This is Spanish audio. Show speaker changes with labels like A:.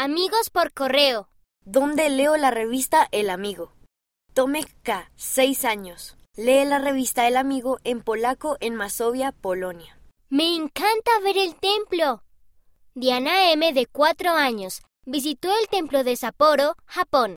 A: Amigos por correo.
B: donde leo la revista El Amigo. Tomek K, 6 años. Lee la revista El Amigo en polaco en Masovia, Polonia.
A: Me encanta ver el templo. Diana M, de cuatro años, visitó el templo de Sapporo, Japón.